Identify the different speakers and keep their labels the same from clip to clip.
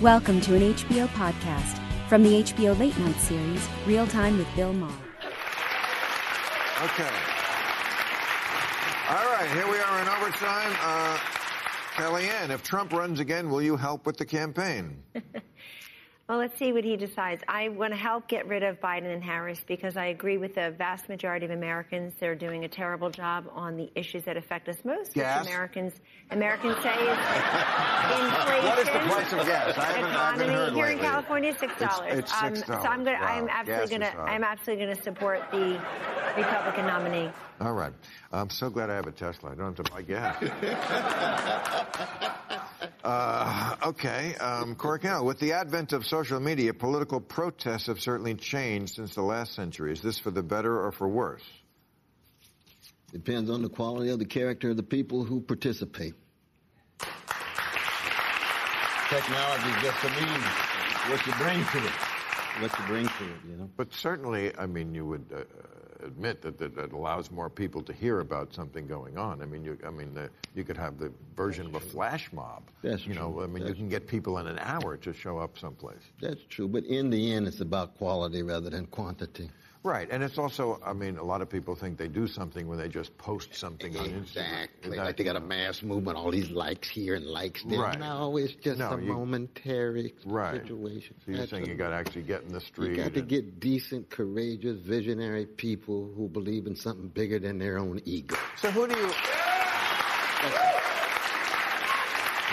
Speaker 1: Welcome to an HBO podcast from the HBO Late Night series, Real Time with Bill Maher.
Speaker 2: Okay. All right, here we are in overtime. Uh, Kellyanne, if Trump runs again, will you help with the campaign?
Speaker 3: Well, let's see what he decides. I want to help get rid of Biden and Harris because I agree with the vast majority of Americans. They're doing a terrible job on the issues that affect us most,
Speaker 2: Gas?
Speaker 3: which Americans Americans say is inflation.
Speaker 2: What is the price of gas? I haven't- I haven't
Speaker 3: economy
Speaker 2: heard
Speaker 3: here in
Speaker 2: lately.
Speaker 3: California, six dollars. Um,
Speaker 2: It's- it's
Speaker 3: so
Speaker 2: $6.
Speaker 3: I'm going. to I'm
Speaker 2: Wow. Gas
Speaker 3: absolutely
Speaker 2: is
Speaker 3: going to.
Speaker 2: high.
Speaker 3: I'm absolutely going to support the Republican nominee.
Speaker 2: All right. I'm so glad I have a Tesla. I don't have to buy gas. uh, okay, um, Corkell, with the advent of social media, political protests have certainly changed since the last century. Is this for the better or for worse?
Speaker 4: Depends on the quality of the character of the people who participate. Technology is just a means. What you bring to it. What you bring to it, you know.
Speaker 2: But certainly, I mean, you would uh, admit that, that that allows more people to hear about something going on. I mean, you, I mean, the, you could have the version of a flash mob.
Speaker 4: That's
Speaker 2: you know,
Speaker 4: true.
Speaker 2: I mean, you
Speaker 4: That's
Speaker 2: can get people in an hour to show up someplace.
Speaker 4: That's true. But in the end, it's about quality rather than quantity.
Speaker 2: Right, and it's also, I mean, a lot of people think they do something when they just post something on Instagram.
Speaker 4: Exactly.
Speaker 2: Is that-
Speaker 4: Like they got a mass movement, all these likes here and likes there.
Speaker 2: Right.
Speaker 4: No, it's just
Speaker 2: No,
Speaker 4: a
Speaker 2: you-
Speaker 4: momentary
Speaker 2: right.
Speaker 4: situation.
Speaker 2: So you're saying you
Speaker 4: Absolutely.
Speaker 2: got to actually get in the street.
Speaker 4: You got to
Speaker 2: and-
Speaker 4: get decent, courageous, visionary people who believe in something bigger than their own ego.
Speaker 2: So who do you?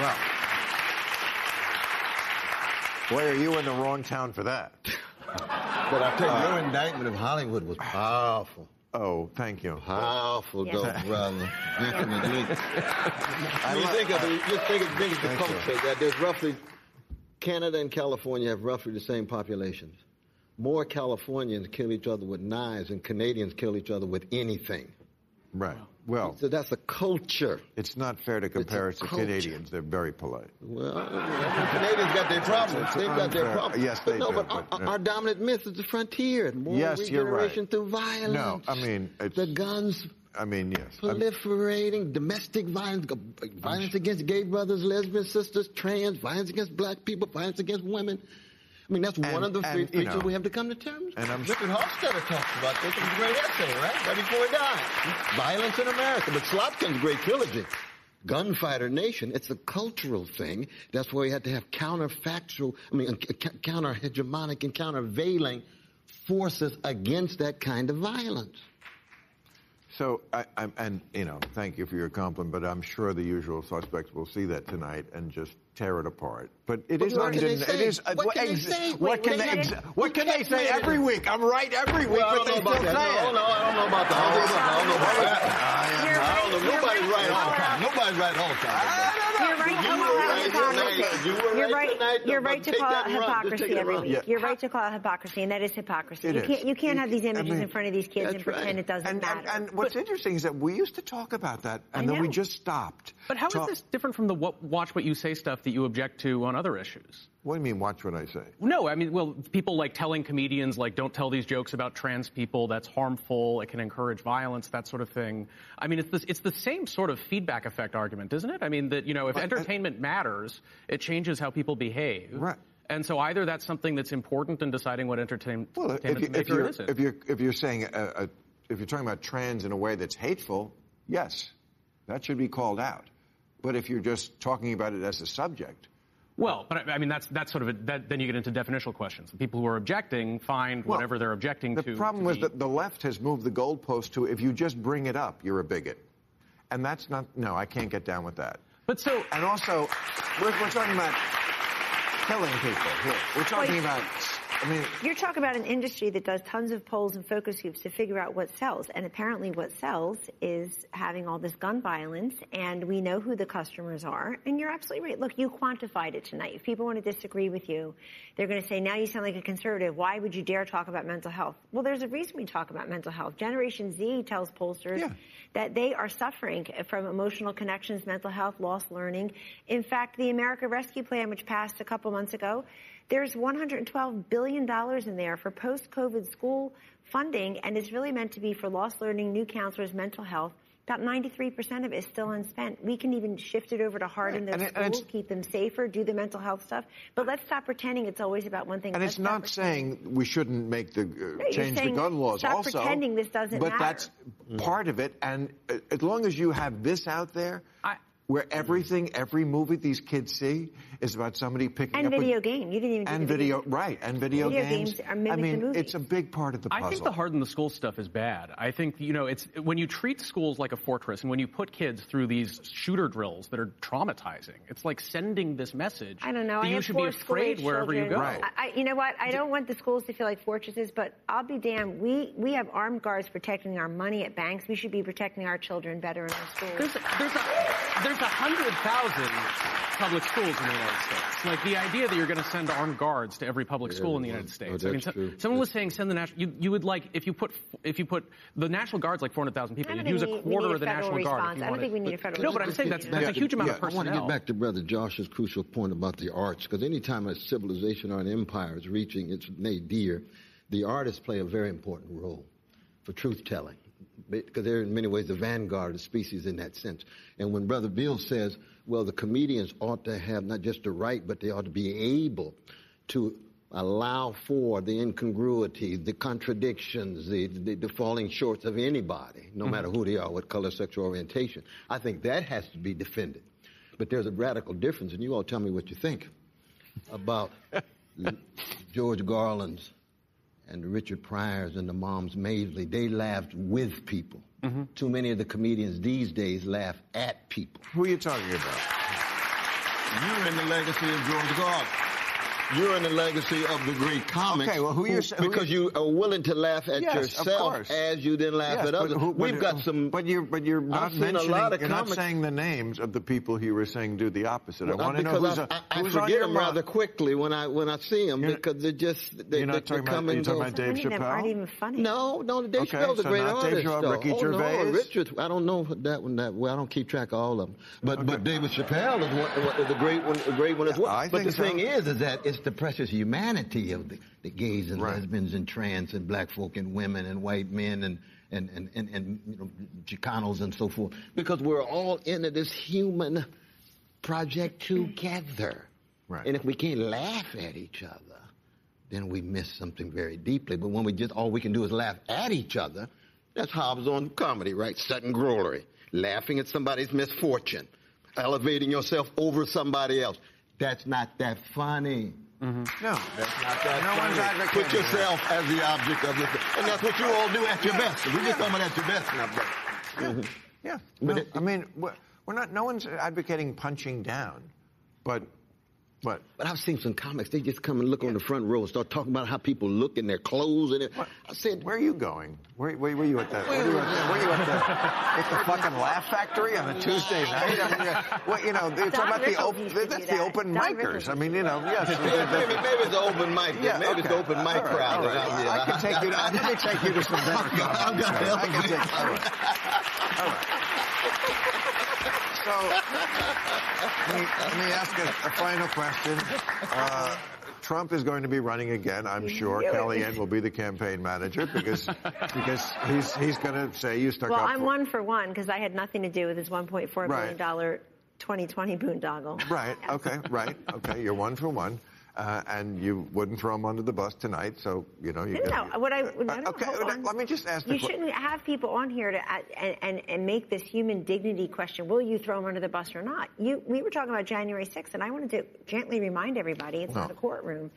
Speaker 2: Well, boy, are you in the wrong town for that?
Speaker 4: But I tell you,
Speaker 2: Uh,
Speaker 4: your indictment of Hollywood was powerful.
Speaker 2: Oh, thank you.
Speaker 4: Powerful, though, brother. Definitely. I mean,
Speaker 2: love-
Speaker 4: think of it. Just think of think of the
Speaker 2: Thank you.
Speaker 4: culture. That there's roughly Canada and California have roughly the same populations. More Californians kill each other with knives than Canadians kill each other with anything.
Speaker 2: Right. Well,
Speaker 4: So that's a culture.
Speaker 2: it's not fair to compare us to
Speaker 4: culture.
Speaker 2: Canadians. They're very polite.
Speaker 4: Well, the Canadians got their problems.
Speaker 2: It's
Speaker 4: They've got
Speaker 2: unfair.
Speaker 4: their problems.
Speaker 2: Yes, they
Speaker 4: but no,
Speaker 2: do,
Speaker 4: But our,
Speaker 2: but, yeah.
Speaker 4: our dominant myth is the frontier. More
Speaker 2: Yes, you're right.
Speaker 4: regeneration through violence.
Speaker 2: No, I mean, it's-
Speaker 4: the guns
Speaker 2: I mean, yes. I'm-
Speaker 4: proliferating, domestic violence, g- violence against gay brothers, lesbian sisters, trans, violence against black people, violence against women. I mean, that's one of the
Speaker 2: and,
Speaker 4: three
Speaker 2: you
Speaker 4: features
Speaker 2: know,
Speaker 4: we have to come to terms.
Speaker 2: and
Speaker 4: with.
Speaker 2: I'm-
Speaker 4: Richard Hofstadter talks about this in a great essay, right? Right before he died. Violence in America, but Slotkin's great trilogy. Gunfighter Nation, it's a cultural thing. That's why we had to have counterfactual, I mean, counter hegemonic and countervailing forces against that kind of violence.
Speaker 2: So, I, I'm, and you know, thank you for your compliment, but I'm sure the usual suspects will see that tonight and just tear it apart. But it is
Speaker 4: what can they
Speaker 2: undeni-
Speaker 4: say?
Speaker 2: It is. uh,
Speaker 4: What can they say?
Speaker 2: What
Speaker 4: Wait,
Speaker 2: can
Speaker 4: wait,
Speaker 2: they?
Speaker 4: wait.
Speaker 2: exa- What can they say every week? I'm right every week,
Speaker 4: Well,
Speaker 2: but they still say it.
Speaker 4: No, no, I don't know about that. I don't know about that. I don't know
Speaker 3: You're
Speaker 4: about that. I don't know.
Speaker 3: right.
Speaker 4: Nobody's
Speaker 3: You're
Speaker 4: right all
Speaker 3: You're
Speaker 4: the time.
Speaker 3: right.
Speaker 4: Nobody's right all the time.
Speaker 3: You're right to
Speaker 4: You
Speaker 3: call
Speaker 4: were
Speaker 3: out
Speaker 4: right
Speaker 3: hypocrisy.
Speaker 4: tonight. You were
Speaker 3: You're
Speaker 4: right tonight.
Speaker 3: You're
Speaker 4: Now,
Speaker 3: right to
Speaker 4: take
Speaker 3: call
Speaker 4: that
Speaker 3: out
Speaker 4: and run. Just take
Speaker 3: hypocrisy
Speaker 4: it
Speaker 3: every
Speaker 4: and
Speaker 3: week.
Speaker 2: run.
Speaker 3: You're right to call out hypocrisy, and that is hypocrisy.
Speaker 2: It
Speaker 3: you
Speaker 2: is.
Speaker 3: can't you can't have these images
Speaker 2: mean-
Speaker 3: in front of these kids and
Speaker 4: That's
Speaker 3: pretend
Speaker 4: right.
Speaker 3: it doesn't
Speaker 2: And,
Speaker 3: matter.
Speaker 2: and, and what's interesting is that we used to talk about that, and
Speaker 3: I
Speaker 2: then we
Speaker 3: know.
Speaker 2: just stopped.
Speaker 5: But how is
Speaker 2: Talk-
Speaker 5: this different from the wa- watch what you say stuff that you object to on other issues?
Speaker 2: What do you mean? Watch what I say.
Speaker 5: No, I mean, well, people like telling comedians, like, don't tell these jokes about trans people. That's harmful. It can encourage violence, that sort of thing. I mean, it's, this, it's the same sort of feedback effect argument, isn't it? I mean, that, you know, if entertainment matters, it changes how people behave.
Speaker 2: Right.
Speaker 5: And so either that's something that's important in deciding what entertain-
Speaker 2: Well, if, you,
Speaker 5: entertainment's
Speaker 2: if,
Speaker 5: making or
Speaker 2: you're,
Speaker 5: it isn't.
Speaker 2: if you're if you're saying uh, uh, if you're talking about trans in a way that's hateful, yes, that should be called out. But if you're just talking about it as a subject,
Speaker 5: Well, but I I mean that's that's sort of a, that, then you get into definitional questions. The people who are objecting find
Speaker 2: Well,
Speaker 5: whatever they're objecting
Speaker 2: the
Speaker 5: to.
Speaker 2: problem
Speaker 5: to
Speaker 2: was
Speaker 5: be-
Speaker 2: that the left has moved the goalpost to if you just bring it up, you're a bigot, and that's not. No, I can't get down with that.
Speaker 5: But so
Speaker 2: And also, we're, we're talking about killing people here. We're talking about. I mean,
Speaker 3: You're talking about an industry that does tons of polls and focus groups to figure out what sells, and apparently what sells is having all this gun violence, and we know who the customers are, and you're absolutely right. Look, you quantified it tonight. If people want to disagree with you, they're going to say, now you sound like a conservative. Why would you dare talk about mental health? Well, there's a reason we talk about mental health. Generation Z tells pollsters
Speaker 2: Yeah.
Speaker 3: that they are suffering from emotional connections, mental health, lost learning. In fact, the America Rescue Plan, which passed a couple months ago, there's $112 billion in there for post COVID school funding, and it's really meant to be for lost learning, new counselors, mental health. About 93% of it is still unspent. We can even shift it over to harden
Speaker 2: Right,
Speaker 3: those
Speaker 2: and it- and
Speaker 3: schools,
Speaker 2: it's-
Speaker 3: keep them safer, do the mental health stuff. But let's stop pretending it's always about one thing.
Speaker 2: and
Speaker 3: Let's
Speaker 2: it's
Speaker 3: stop
Speaker 2: not
Speaker 3: pretending-
Speaker 2: saying we shouldn't make the uh,
Speaker 3: you're
Speaker 2: change the
Speaker 3: saying
Speaker 2: gun laws.
Speaker 3: stop
Speaker 2: also,
Speaker 3: pretending this doesn't
Speaker 2: But
Speaker 3: matter.
Speaker 2: that's
Speaker 5: Mm.
Speaker 2: part of it, and uh, as long as you have this out there,
Speaker 5: I-
Speaker 2: where everything, every movie these kids see is about somebody picking
Speaker 3: And
Speaker 2: up
Speaker 3: video
Speaker 2: a,
Speaker 3: game. You didn't even do
Speaker 2: and
Speaker 3: the video
Speaker 2: video, right? And video,
Speaker 3: Video games are
Speaker 2: I
Speaker 3: mimic the
Speaker 2: mean,
Speaker 3: movies.
Speaker 2: it's a big part of the puzzle.
Speaker 5: I think the harden the school stuff is bad. I think you know it's when you treat schools like a fortress and when you put kids through these shooter drills that are traumatizing. It's like sending this message.
Speaker 3: I don't know.
Speaker 5: That
Speaker 3: I
Speaker 5: you
Speaker 3: have
Speaker 5: should be
Speaker 3: four
Speaker 5: afraid
Speaker 3: school-aged
Speaker 5: wherever you
Speaker 3: children.
Speaker 5: go.
Speaker 2: Right.
Speaker 3: I, I- you know what? I don't want the schools to feel like fortresses, but I'll be damned. We we have armed guards protecting our money at banks. We should be protecting our children better in our
Speaker 5: There's
Speaker 3: schools.
Speaker 5: there's a, there's a hundred thousand public schools in the United States. Like the idea that you're going to send armed guards to every public school in the United
Speaker 4: oh,
Speaker 5: States.
Speaker 4: that's
Speaker 5: I mean, so-
Speaker 4: true.
Speaker 5: someone was saying send the national. You, you would like if you put if you put the national guards like 400,000 people.
Speaker 3: I don't
Speaker 5: You'd use a
Speaker 3: think we need- we
Speaker 5: quarter
Speaker 3: need
Speaker 5: of the
Speaker 3: a federal
Speaker 5: national guard.
Speaker 3: response.
Speaker 5: If you
Speaker 3: I don't
Speaker 5: wanted.
Speaker 3: think we need a federal
Speaker 5: No, but I'm
Speaker 3: response.
Speaker 5: saying that's, that's
Speaker 2: Yeah,
Speaker 5: a huge amount
Speaker 2: yeah.
Speaker 5: of
Speaker 4: I
Speaker 5: personnel.
Speaker 4: want to get back to Brother Josh's crucial point about the arts, because anytime a civilization or an empire is reaching its nadir, the artists play a very important role for truth telling, because they're in many ways the vanguard of the species in that sense. And when Brother Bill says, well, the comedians ought to have not just the right, but they ought to be able to allow for the incongruities, the contradictions, the, the, the falling shorts of anybody, no matter who they are, what color, sexual orientation. I think that has to be defended. But there's a radical difference, and you all tell me what you think about L- George Garland's and the Richard Pryor's and the Moms Maisley. They laughed with people.
Speaker 2: Mm-hmm.
Speaker 4: Too many of the comedians these days laugh at people.
Speaker 2: Who are you talking about?
Speaker 4: You're in the legacy of George Garland. You're in the legacy of the great comics.
Speaker 2: Okay, well, who you- who you-
Speaker 4: because you are willing to laugh at
Speaker 2: Yes, of
Speaker 4: yourself
Speaker 2: course.
Speaker 4: as you then laugh
Speaker 2: Yes,
Speaker 4: at others.
Speaker 2: who-
Speaker 4: We've got some.
Speaker 2: But you're, but you're not
Speaker 4: I've seen a
Speaker 2: mentioning.
Speaker 4: lot of
Speaker 2: you're
Speaker 4: comics.
Speaker 2: not saying the names of the people you were saying do the opposite. I
Speaker 4: Well,
Speaker 2: want to know
Speaker 4: Uh,
Speaker 2: who's,
Speaker 4: because I,
Speaker 2: a-
Speaker 4: I- I
Speaker 2: who's on
Speaker 4: forget
Speaker 2: your
Speaker 4: them rather
Speaker 2: mind.
Speaker 4: quickly when I when I see them
Speaker 2: You're-
Speaker 4: because they're just they,
Speaker 2: you're
Speaker 4: they,
Speaker 2: not talking
Speaker 4: they come
Speaker 2: about. You're
Speaker 4: and
Speaker 2: talking
Speaker 4: go.
Speaker 2: about Dave
Speaker 3: Many of them aren't
Speaker 2: Chappelle.
Speaker 3: even funny.
Speaker 4: No, no, Dave
Speaker 2: Okay,
Speaker 4: Chappell's a
Speaker 2: so
Speaker 4: great
Speaker 2: not Dave
Speaker 4: artist.
Speaker 2: Chappelle,
Speaker 4: though.
Speaker 2: Ricky
Speaker 4: oh,
Speaker 2: Gervais?
Speaker 4: No, Richard, I don't know that one that well. I don't keep track of all of them. But but David Chappelle is one, one- is a great one, a great one as well.
Speaker 2: I
Speaker 4: but
Speaker 2: think
Speaker 4: the
Speaker 2: so.
Speaker 4: thing is, is that it's the precious humanity of the, the gays and
Speaker 2: Right.
Speaker 4: lesbians and trans and black folk and women and white men and and and and, and you know, Chicanos and so forth because we're all into this human project together.
Speaker 2: Right.
Speaker 4: And if we can't laugh at each other, then we miss something very deeply. But when we just all we can do is laugh at each other, that's Hobbes on comedy, right? Sudden drollery, laughing at somebody's misfortune, elevating yourself over somebody else. That's not that funny.
Speaker 2: No,
Speaker 4: That's
Speaker 2: no one's
Speaker 4: funny.
Speaker 2: advocating.
Speaker 4: Put
Speaker 2: that.
Speaker 4: yourself as the object of this, and that's what you all do at your best. We're just talking about at your best Mm-hmm. now, brother.
Speaker 2: Yeah,
Speaker 4: But
Speaker 2: No,
Speaker 4: it-
Speaker 2: I mean, we're, we're not. No one's advocating punching down, but, but
Speaker 4: But I've seen some comics. They just come and look on the front row and start talking about how people look in their clothes and. Their, I said,
Speaker 2: where are you going? Where, where were you at that? Where were you at, where were you at the, at the fucking Laugh Factory on a Tuesday night? I mean, uh, well, you know, they're
Speaker 3: Don
Speaker 2: talking about the
Speaker 3: Rickles
Speaker 2: open.
Speaker 3: used to do
Speaker 2: That's the
Speaker 3: that.
Speaker 2: open
Speaker 3: Don
Speaker 2: micers.
Speaker 3: Rickles
Speaker 2: I mean, you know, yes.
Speaker 4: Yeah, maybe, maybe it's the open mic.
Speaker 2: Yeah,
Speaker 4: maybe it's
Speaker 2: okay.
Speaker 4: the open mic
Speaker 2: All right,
Speaker 4: crowd.
Speaker 2: all right.
Speaker 4: around here.
Speaker 2: I can take you. To, I can take you to some better comedy shows. I can take. All right. All right. So let me, let me ask a, a final question. Uh, Trump is going to be running again, I'm sure.
Speaker 3: knew it.
Speaker 2: Kellyanne will be the campaign manager because because he's he's going to say you stuck
Speaker 3: Well,
Speaker 2: up.
Speaker 3: I'm
Speaker 2: for-"
Speaker 3: one for one because I had nothing to do with his 1.4
Speaker 2: Right.
Speaker 3: billion dollar 2020 boondoggle.
Speaker 2: Right. Okay. Right. Okay. You're one for one. uh, and you wouldn't throw him under the bus tonight. So you know you.
Speaker 3: No, no. What I no, no,
Speaker 2: Uh, okay.
Speaker 3: hold on.
Speaker 2: Let me just ask. the
Speaker 3: You
Speaker 2: que-
Speaker 3: shouldn't have people on here to a- and, and and make this human dignity question. Will you throw them under the bus or not? You, we were talking about January 6th, and I wanted to gently remind everybody it's not a courtroom.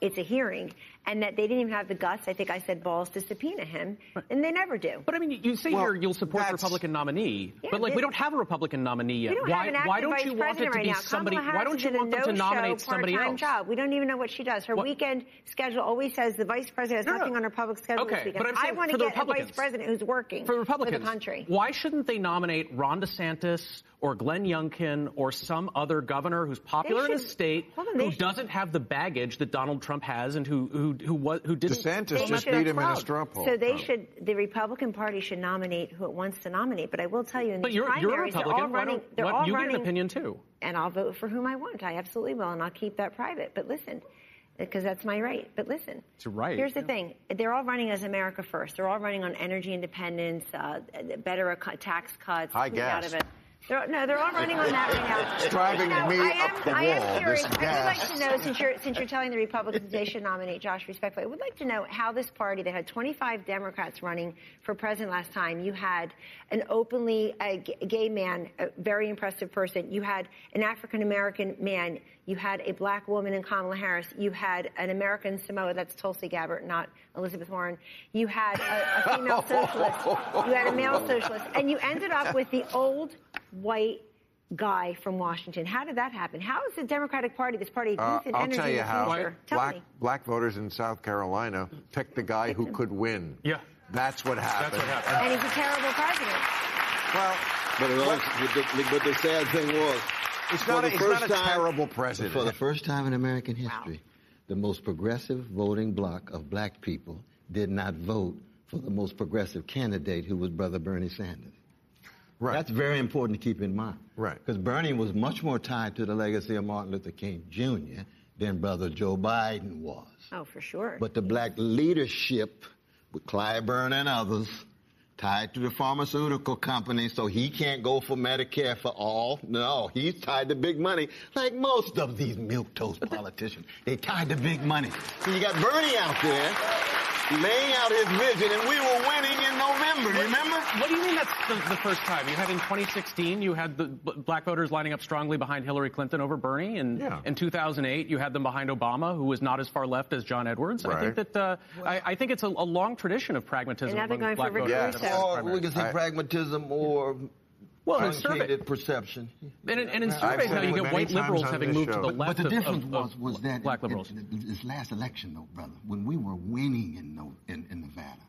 Speaker 3: It's a hearing, and that they didn't even have the guts, I think I said balls, to subpoena him, and they never do.
Speaker 5: But I mean, you say
Speaker 2: Well,
Speaker 5: here you'll support the
Speaker 2: that's-
Speaker 5: Republican nominee,
Speaker 3: Yeah,
Speaker 5: but like we
Speaker 3: but-
Speaker 5: don't have a Republican nominee yet.
Speaker 3: We don't
Speaker 5: why,
Speaker 3: have an active
Speaker 5: why don't
Speaker 3: vice
Speaker 5: you want it to
Speaker 3: president right
Speaker 5: be
Speaker 3: now.
Speaker 5: somebody?
Speaker 3: Kamala
Speaker 5: Why
Speaker 3: Harris
Speaker 5: don't
Speaker 3: is
Speaker 5: you
Speaker 3: in a
Speaker 5: want them to
Speaker 3: no-show
Speaker 5: nominate somebody
Speaker 3: part-time
Speaker 5: else?
Speaker 3: Job. We don't even know what she does. Her
Speaker 5: What-
Speaker 3: weekend schedule always says the vice president has
Speaker 5: No, no.
Speaker 3: nothing on her public schedule
Speaker 5: Okay,
Speaker 3: this weekend.
Speaker 5: but I'm
Speaker 3: I
Speaker 5: saying
Speaker 3: want to
Speaker 5: for the
Speaker 3: get a vice
Speaker 5: Republicans.
Speaker 3: president who's working
Speaker 5: For Republicans,
Speaker 3: the country.
Speaker 5: why shouldn't they nominate Ron DeSantis or Glenn Youngkin or some other governor who's popular in
Speaker 3: should-
Speaker 5: his state
Speaker 3: hold on, they
Speaker 5: who
Speaker 3: should-
Speaker 5: doesn't have the baggage that Donald Trump has and who who who was who didn't?
Speaker 2: DeSantis
Speaker 3: They
Speaker 2: just
Speaker 3: should-
Speaker 2: beat him in a
Speaker 5: crowd.
Speaker 2: straw poll.
Speaker 3: So they should, the Republican Party should nominate who it wants to nominate. But I will tell you, in
Speaker 5: But
Speaker 3: these
Speaker 5: you're,
Speaker 3: primaries,
Speaker 5: you're a
Speaker 3: they're
Speaker 5: Republican.
Speaker 3: all
Speaker 5: Why
Speaker 3: running.
Speaker 5: don't-
Speaker 3: They're
Speaker 5: why-
Speaker 3: all
Speaker 5: you
Speaker 3: running,
Speaker 5: get an opinion too.
Speaker 3: and I'll vote for whom I want. I absolutely will, and I'll keep that private. But listen, because that's my right. But listen,
Speaker 5: It's a right,
Speaker 3: Here's the
Speaker 5: yeah.
Speaker 3: thing: they're all running as America first. They're all running on energy independence, uh, better eco- tax cuts,
Speaker 2: High
Speaker 3: food out
Speaker 2: gas.
Speaker 3: of it. They're, no, they're all running on that right now.
Speaker 2: It's driving
Speaker 3: No,
Speaker 2: me
Speaker 3: I am,
Speaker 2: up the
Speaker 3: I
Speaker 2: wall,
Speaker 3: am curious.
Speaker 2: this
Speaker 3: I would like
Speaker 2: gas.
Speaker 3: to know, since you're since you're telling the Republicans they should nominate Josh respectfully, I would like to know how this party that had 25 Democrats running for president last time, you had an openly uh, g- gay man, a very impressive person, you had an African American man, you had a black woman in Kamala Harris, you had an American Samoa, that's Tulsi Gabbard, not Elizabeth Warren, you had a, a female socialist, you had a male socialist, and you ended up with the old white guy from Washington. How did that happen? How is the Democratic Party, this party, of
Speaker 2: Uh,
Speaker 3: youth and
Speaker 2: I'll
Speaker 3: energy
Speaker 2: tell
Speaker 3: in
Speaker 2: you
Speaker 3: the
Speaker 2: how.
Speaker 3: future? Tell
Speaker 2: black
Speaker 3: me.
Speaker 2: black voters in South Carolina picked the guy who could win.
Speaker 5: Yeah.
Speaker 2: That's what happened.
Speaker 5: what happened.
Speaker 3: And he's a terrible president.
Speaker 2: Well,
Speaker 4: But, it also, but, the, but the sad thing was,
Speaker 2: It's
Speaker 4: for
Speaker 2: not a-
Speaker 4: the
Speaker 2: it's
Speaker 4: first
Speaker 2: not a
Speaker 4: time-
Speaker 2: terrible president.
Speaker 4: For the first time in American history, the most progressive voting bloc of black people did not vote for the most progressive candidate, who was Brother Bernie Sanders.
Speaker 2: Right.
Speaker 4: That's very important to keep in mind.
Speaker 2: Right.
Speaker 4: Because Bernie was much more tied to the legacy of Martin Luther King Jr. than Brother Joe Biden was.
Speaker 3: Oh, for sure.
Speaker 4: But the black leadership, with Clyburn and others, tied to the pharmaceutical company, so he can't go for Medicare for all. No, he's tied to big money, like most of these milquetoast politicians. They tied to big money. So you got Bernie out there laying out his vision, and we were winning in November. You remember?
Speaker 5: What do you mean that's the, the first time? You had in 2016, you had the b- black voters lining up strongly behind Hillary Clinton over Bernie, and
Speaker 2: Yeah.
Speaker 5: in 2008, you had them behind Obama, who was not as far left as John Edwards. I
Speaker 2: Right.
Speaker 5: think that uh, I, I think it's a, a long tradition of pragmatism
Speaker 3: And now they're
Speaker 5: among
Speaker 3: going
Speaker 5: black
Speaker 3: for Rick
Speaker 5: voters. in
Speaker 2: Russo. Yes.
Speaker 5: the
Speaker 4: Or
Speaker 5: primary.
Speaker 4: we can say
Speaker 2: I-
Speaker 4: pragmatism or
Speaker 5: Well, in survey,
Speaker 4: unshaded perception.
Speaker 5: and, in- and in
Speaker 2: I've
Speaker 5: surveys
Speaker 2: said
Speaker 5: now, you
Speaker 2: it
Speaker 5: get
Speaker 2: many
Speaker 5: white
Speaker 2: times
Speaker 5: liberals
Speaker 2: on
Speaker 5: having
Speaker 2: this
Speaker 5: moved
Speaker 2: show.
Speaker 5: to the
Speaker 2: But-
Speaker 4: But
Speaker 5: left
Speaker 4: the
Speaker 5: of- of-
Speaker 4: difference
Speaker 5: of
Speaker 4: was was that
Speaker 5: black
Speaker 4: it-
Speaker 5: liberals.
Speaker 4: it- this last election, though, brother, when we were winning in No- in, in Nevada,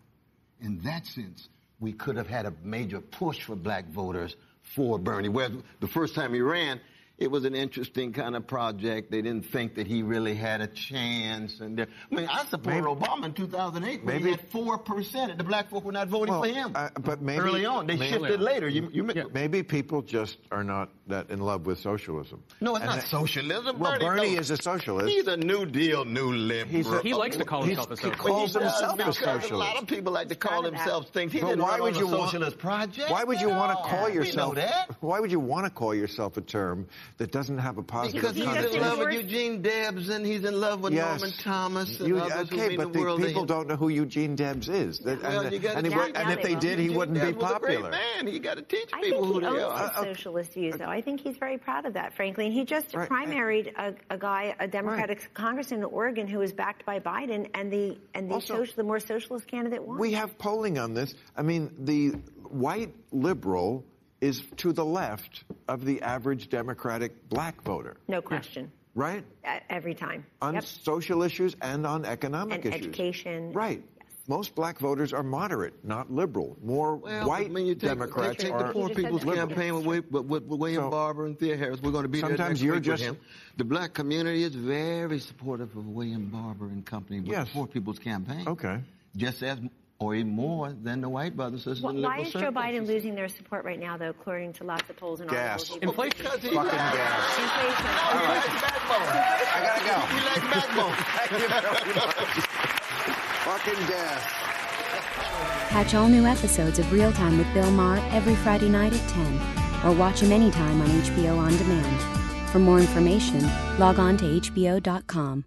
Speaker 4: in that sense, we could have had a major push for black voters for Bernie. Whereas the first time he ran, it was an interesting kind of project. They didn't think that he really had a chance. And there- I mean, I supported Obama in 2008 when
Speaker 2: maybe-
Speaker 4: he had four percent. The black folk were not voting
Speaker 2: Well,
Speaker 4: for him.
Speaker 2: uh, but maybe-
Speaker 4: early on, they
Speaker 2: maybe-
Speaker 4: shifted later. You, you
Speaker 5: Yeah.
Speaker 2: maybe people just are not that in love with socialism.
Speaker 4: No, it's
Speaker 2: And
Speaker 4: not
Speaker 2: that-
Speaker 4: socialism.
Speaker 2: Well, Bernie,
Speaker 4: no.
Speaker 2: is a socialist.
Speaker 4: He's a New Deal, New Liberal.
Speaker 2: a-
Speaker 5: He likes to call
Speaker 2: He's-
Speaker 5: himself a
Speaker 2: he
Speaker 5: socialist.
Speaker 4: But he
Speaker 2: calls
Speaker 4: does,
Speaker 2: himself a
Speaker 4: because
Speaker 2: socialist.
Speaker 4: A lot of people like to call
Speaker 3: Proud of that.
Speaker 4: themselves things. He
Speaker 2: But
Speaker 4: didn't
Speaker 2: why
Speaker 4: run
Speaker 2: would
Speaker 4: on
Speaker 2: you
Speaker 4: a
Speaker 2: want-
Speaker 4: socialist project?
Speaker 2: Why would you
Speaker 4: at
Speaker 2: want to
Speaker 4: all.
Speaker 2: call
Speaker 4: We
Speaker 2: yourself?
Speaker 4: know that.
Speaker 2: Why would you want to call yourself a term that doesn't have a positive
Speaker 4: Because
Speaker 3: He
Speaker 4: he's
Speaker 3: doesn't
Speaker 4: in love
Speaker 2: connotation?
Speaker 4: with
Speaker 3: endorse-
Speaker 4: Eugene Debs and he's in love with
Speaker 2: Yes.
Speaker 4: Norman Thomas and
Speaker 2: You- uh,
Speaker 4: others who
Speaker 2: okay,
Speaker 4: mean
Speaker 2: but the
Speaker 4: the world
Speaker 2: people
Speaker 4: to him.
Speaker 2: don't know who Eugene Debs is. That-
Speaker 4: Well,
Speaker 2: and
Speaker 4: you gotta
Speaker 2: and he
Speaker 4: teach
Speaker 2: wa- and if they
Speaker 3: people.
Speaker 2: did, he
Speaker 4: Eugene
Speaker 2: wouldn't be
Speaker 4: Debs was a great
Speaker 2: popular.
Speaker 4: Man, you got to teach
Speaker 3: I think
Speaker 4: people who
Speaker 3: he
Speaker 4: they
Speaker 3: owns
Speaker 4: are.
Speaker 3: his socialist views, though. I think he's very proud of that, frankly. And he just
Speaker 2: Right.
Speaker 3: primaried a, a guy, a Democratic congressman in Oregon, who was backed by Biden, and the and the,
Speaker 2: Also-
Speaker 3: social, the more socialist candidate won.
Speaker 2: We have polling on this. I mean, the white liberal is to the left of the average Democratic black voter,
Speaker 3: no question,
Speaker 2: right?
Speaker 3: E- every time.
Speaker 2: On
Speaker 3: Yep.
Speaker 2: social issues and on economic
Speaker 3: And
Speaker 2: issues.
Speaker 3: education.
Speaker 2: Right. Most black voters are moderate, not liberal. More
Speaker 4: Well,
Speaker 2: white
Speaker 4: I mean, you take,
Speaker 2: Democrats
Speaker 4: take, take
Speaker 2: are
Speaker 4: the poor
Speaker 3: You just
Speaker 4: people's
Speaker 3: said that.
Speaker 4: campaign with, Wa- with, with William
Speaker 2: So-
Speaker 4: Barber and Thea Harris. We're going to be there
Speaker 2: Sometimes
Speaker 4: next
Speaker 2: you're
Speaker 4: week
Speaker 2: just-
Speaker 4: with him. The black community is very supportive of William Barber and company with
Speaker 2: Yes.
Speaker 4: the poor people's campaign.
Speaker 2: Okay.
Speaker 4: just as or even more than the white brothers and sisters
Speaker 3: Why-
Speaker 4: in liberal
Speaker 3: Why is Joe
Speaker 4: circles.
Speaker 3: Biden losing their support right now, though, according to lots of polls and
Speaker 2: Gas.
Speaker 3: articles?
Speaker 2: Inflation.
Speaker 4: Because he
Speaker 2: fucking
Speaker 4: likes-
Speaker 2: gas.
Speaker 3: Inflation.
Speaker 4: No, he likes backbone.
Speaker 2: I gotta go.
Speaker 4: He likes backbone.
Speaker 2: Fucking gas.
Speaker 1: Catch all new episodes of Real Time with Bill Maher every Friday night at 10, or watch him anytime on HBO On Demand. For more information, log on to HBO.com.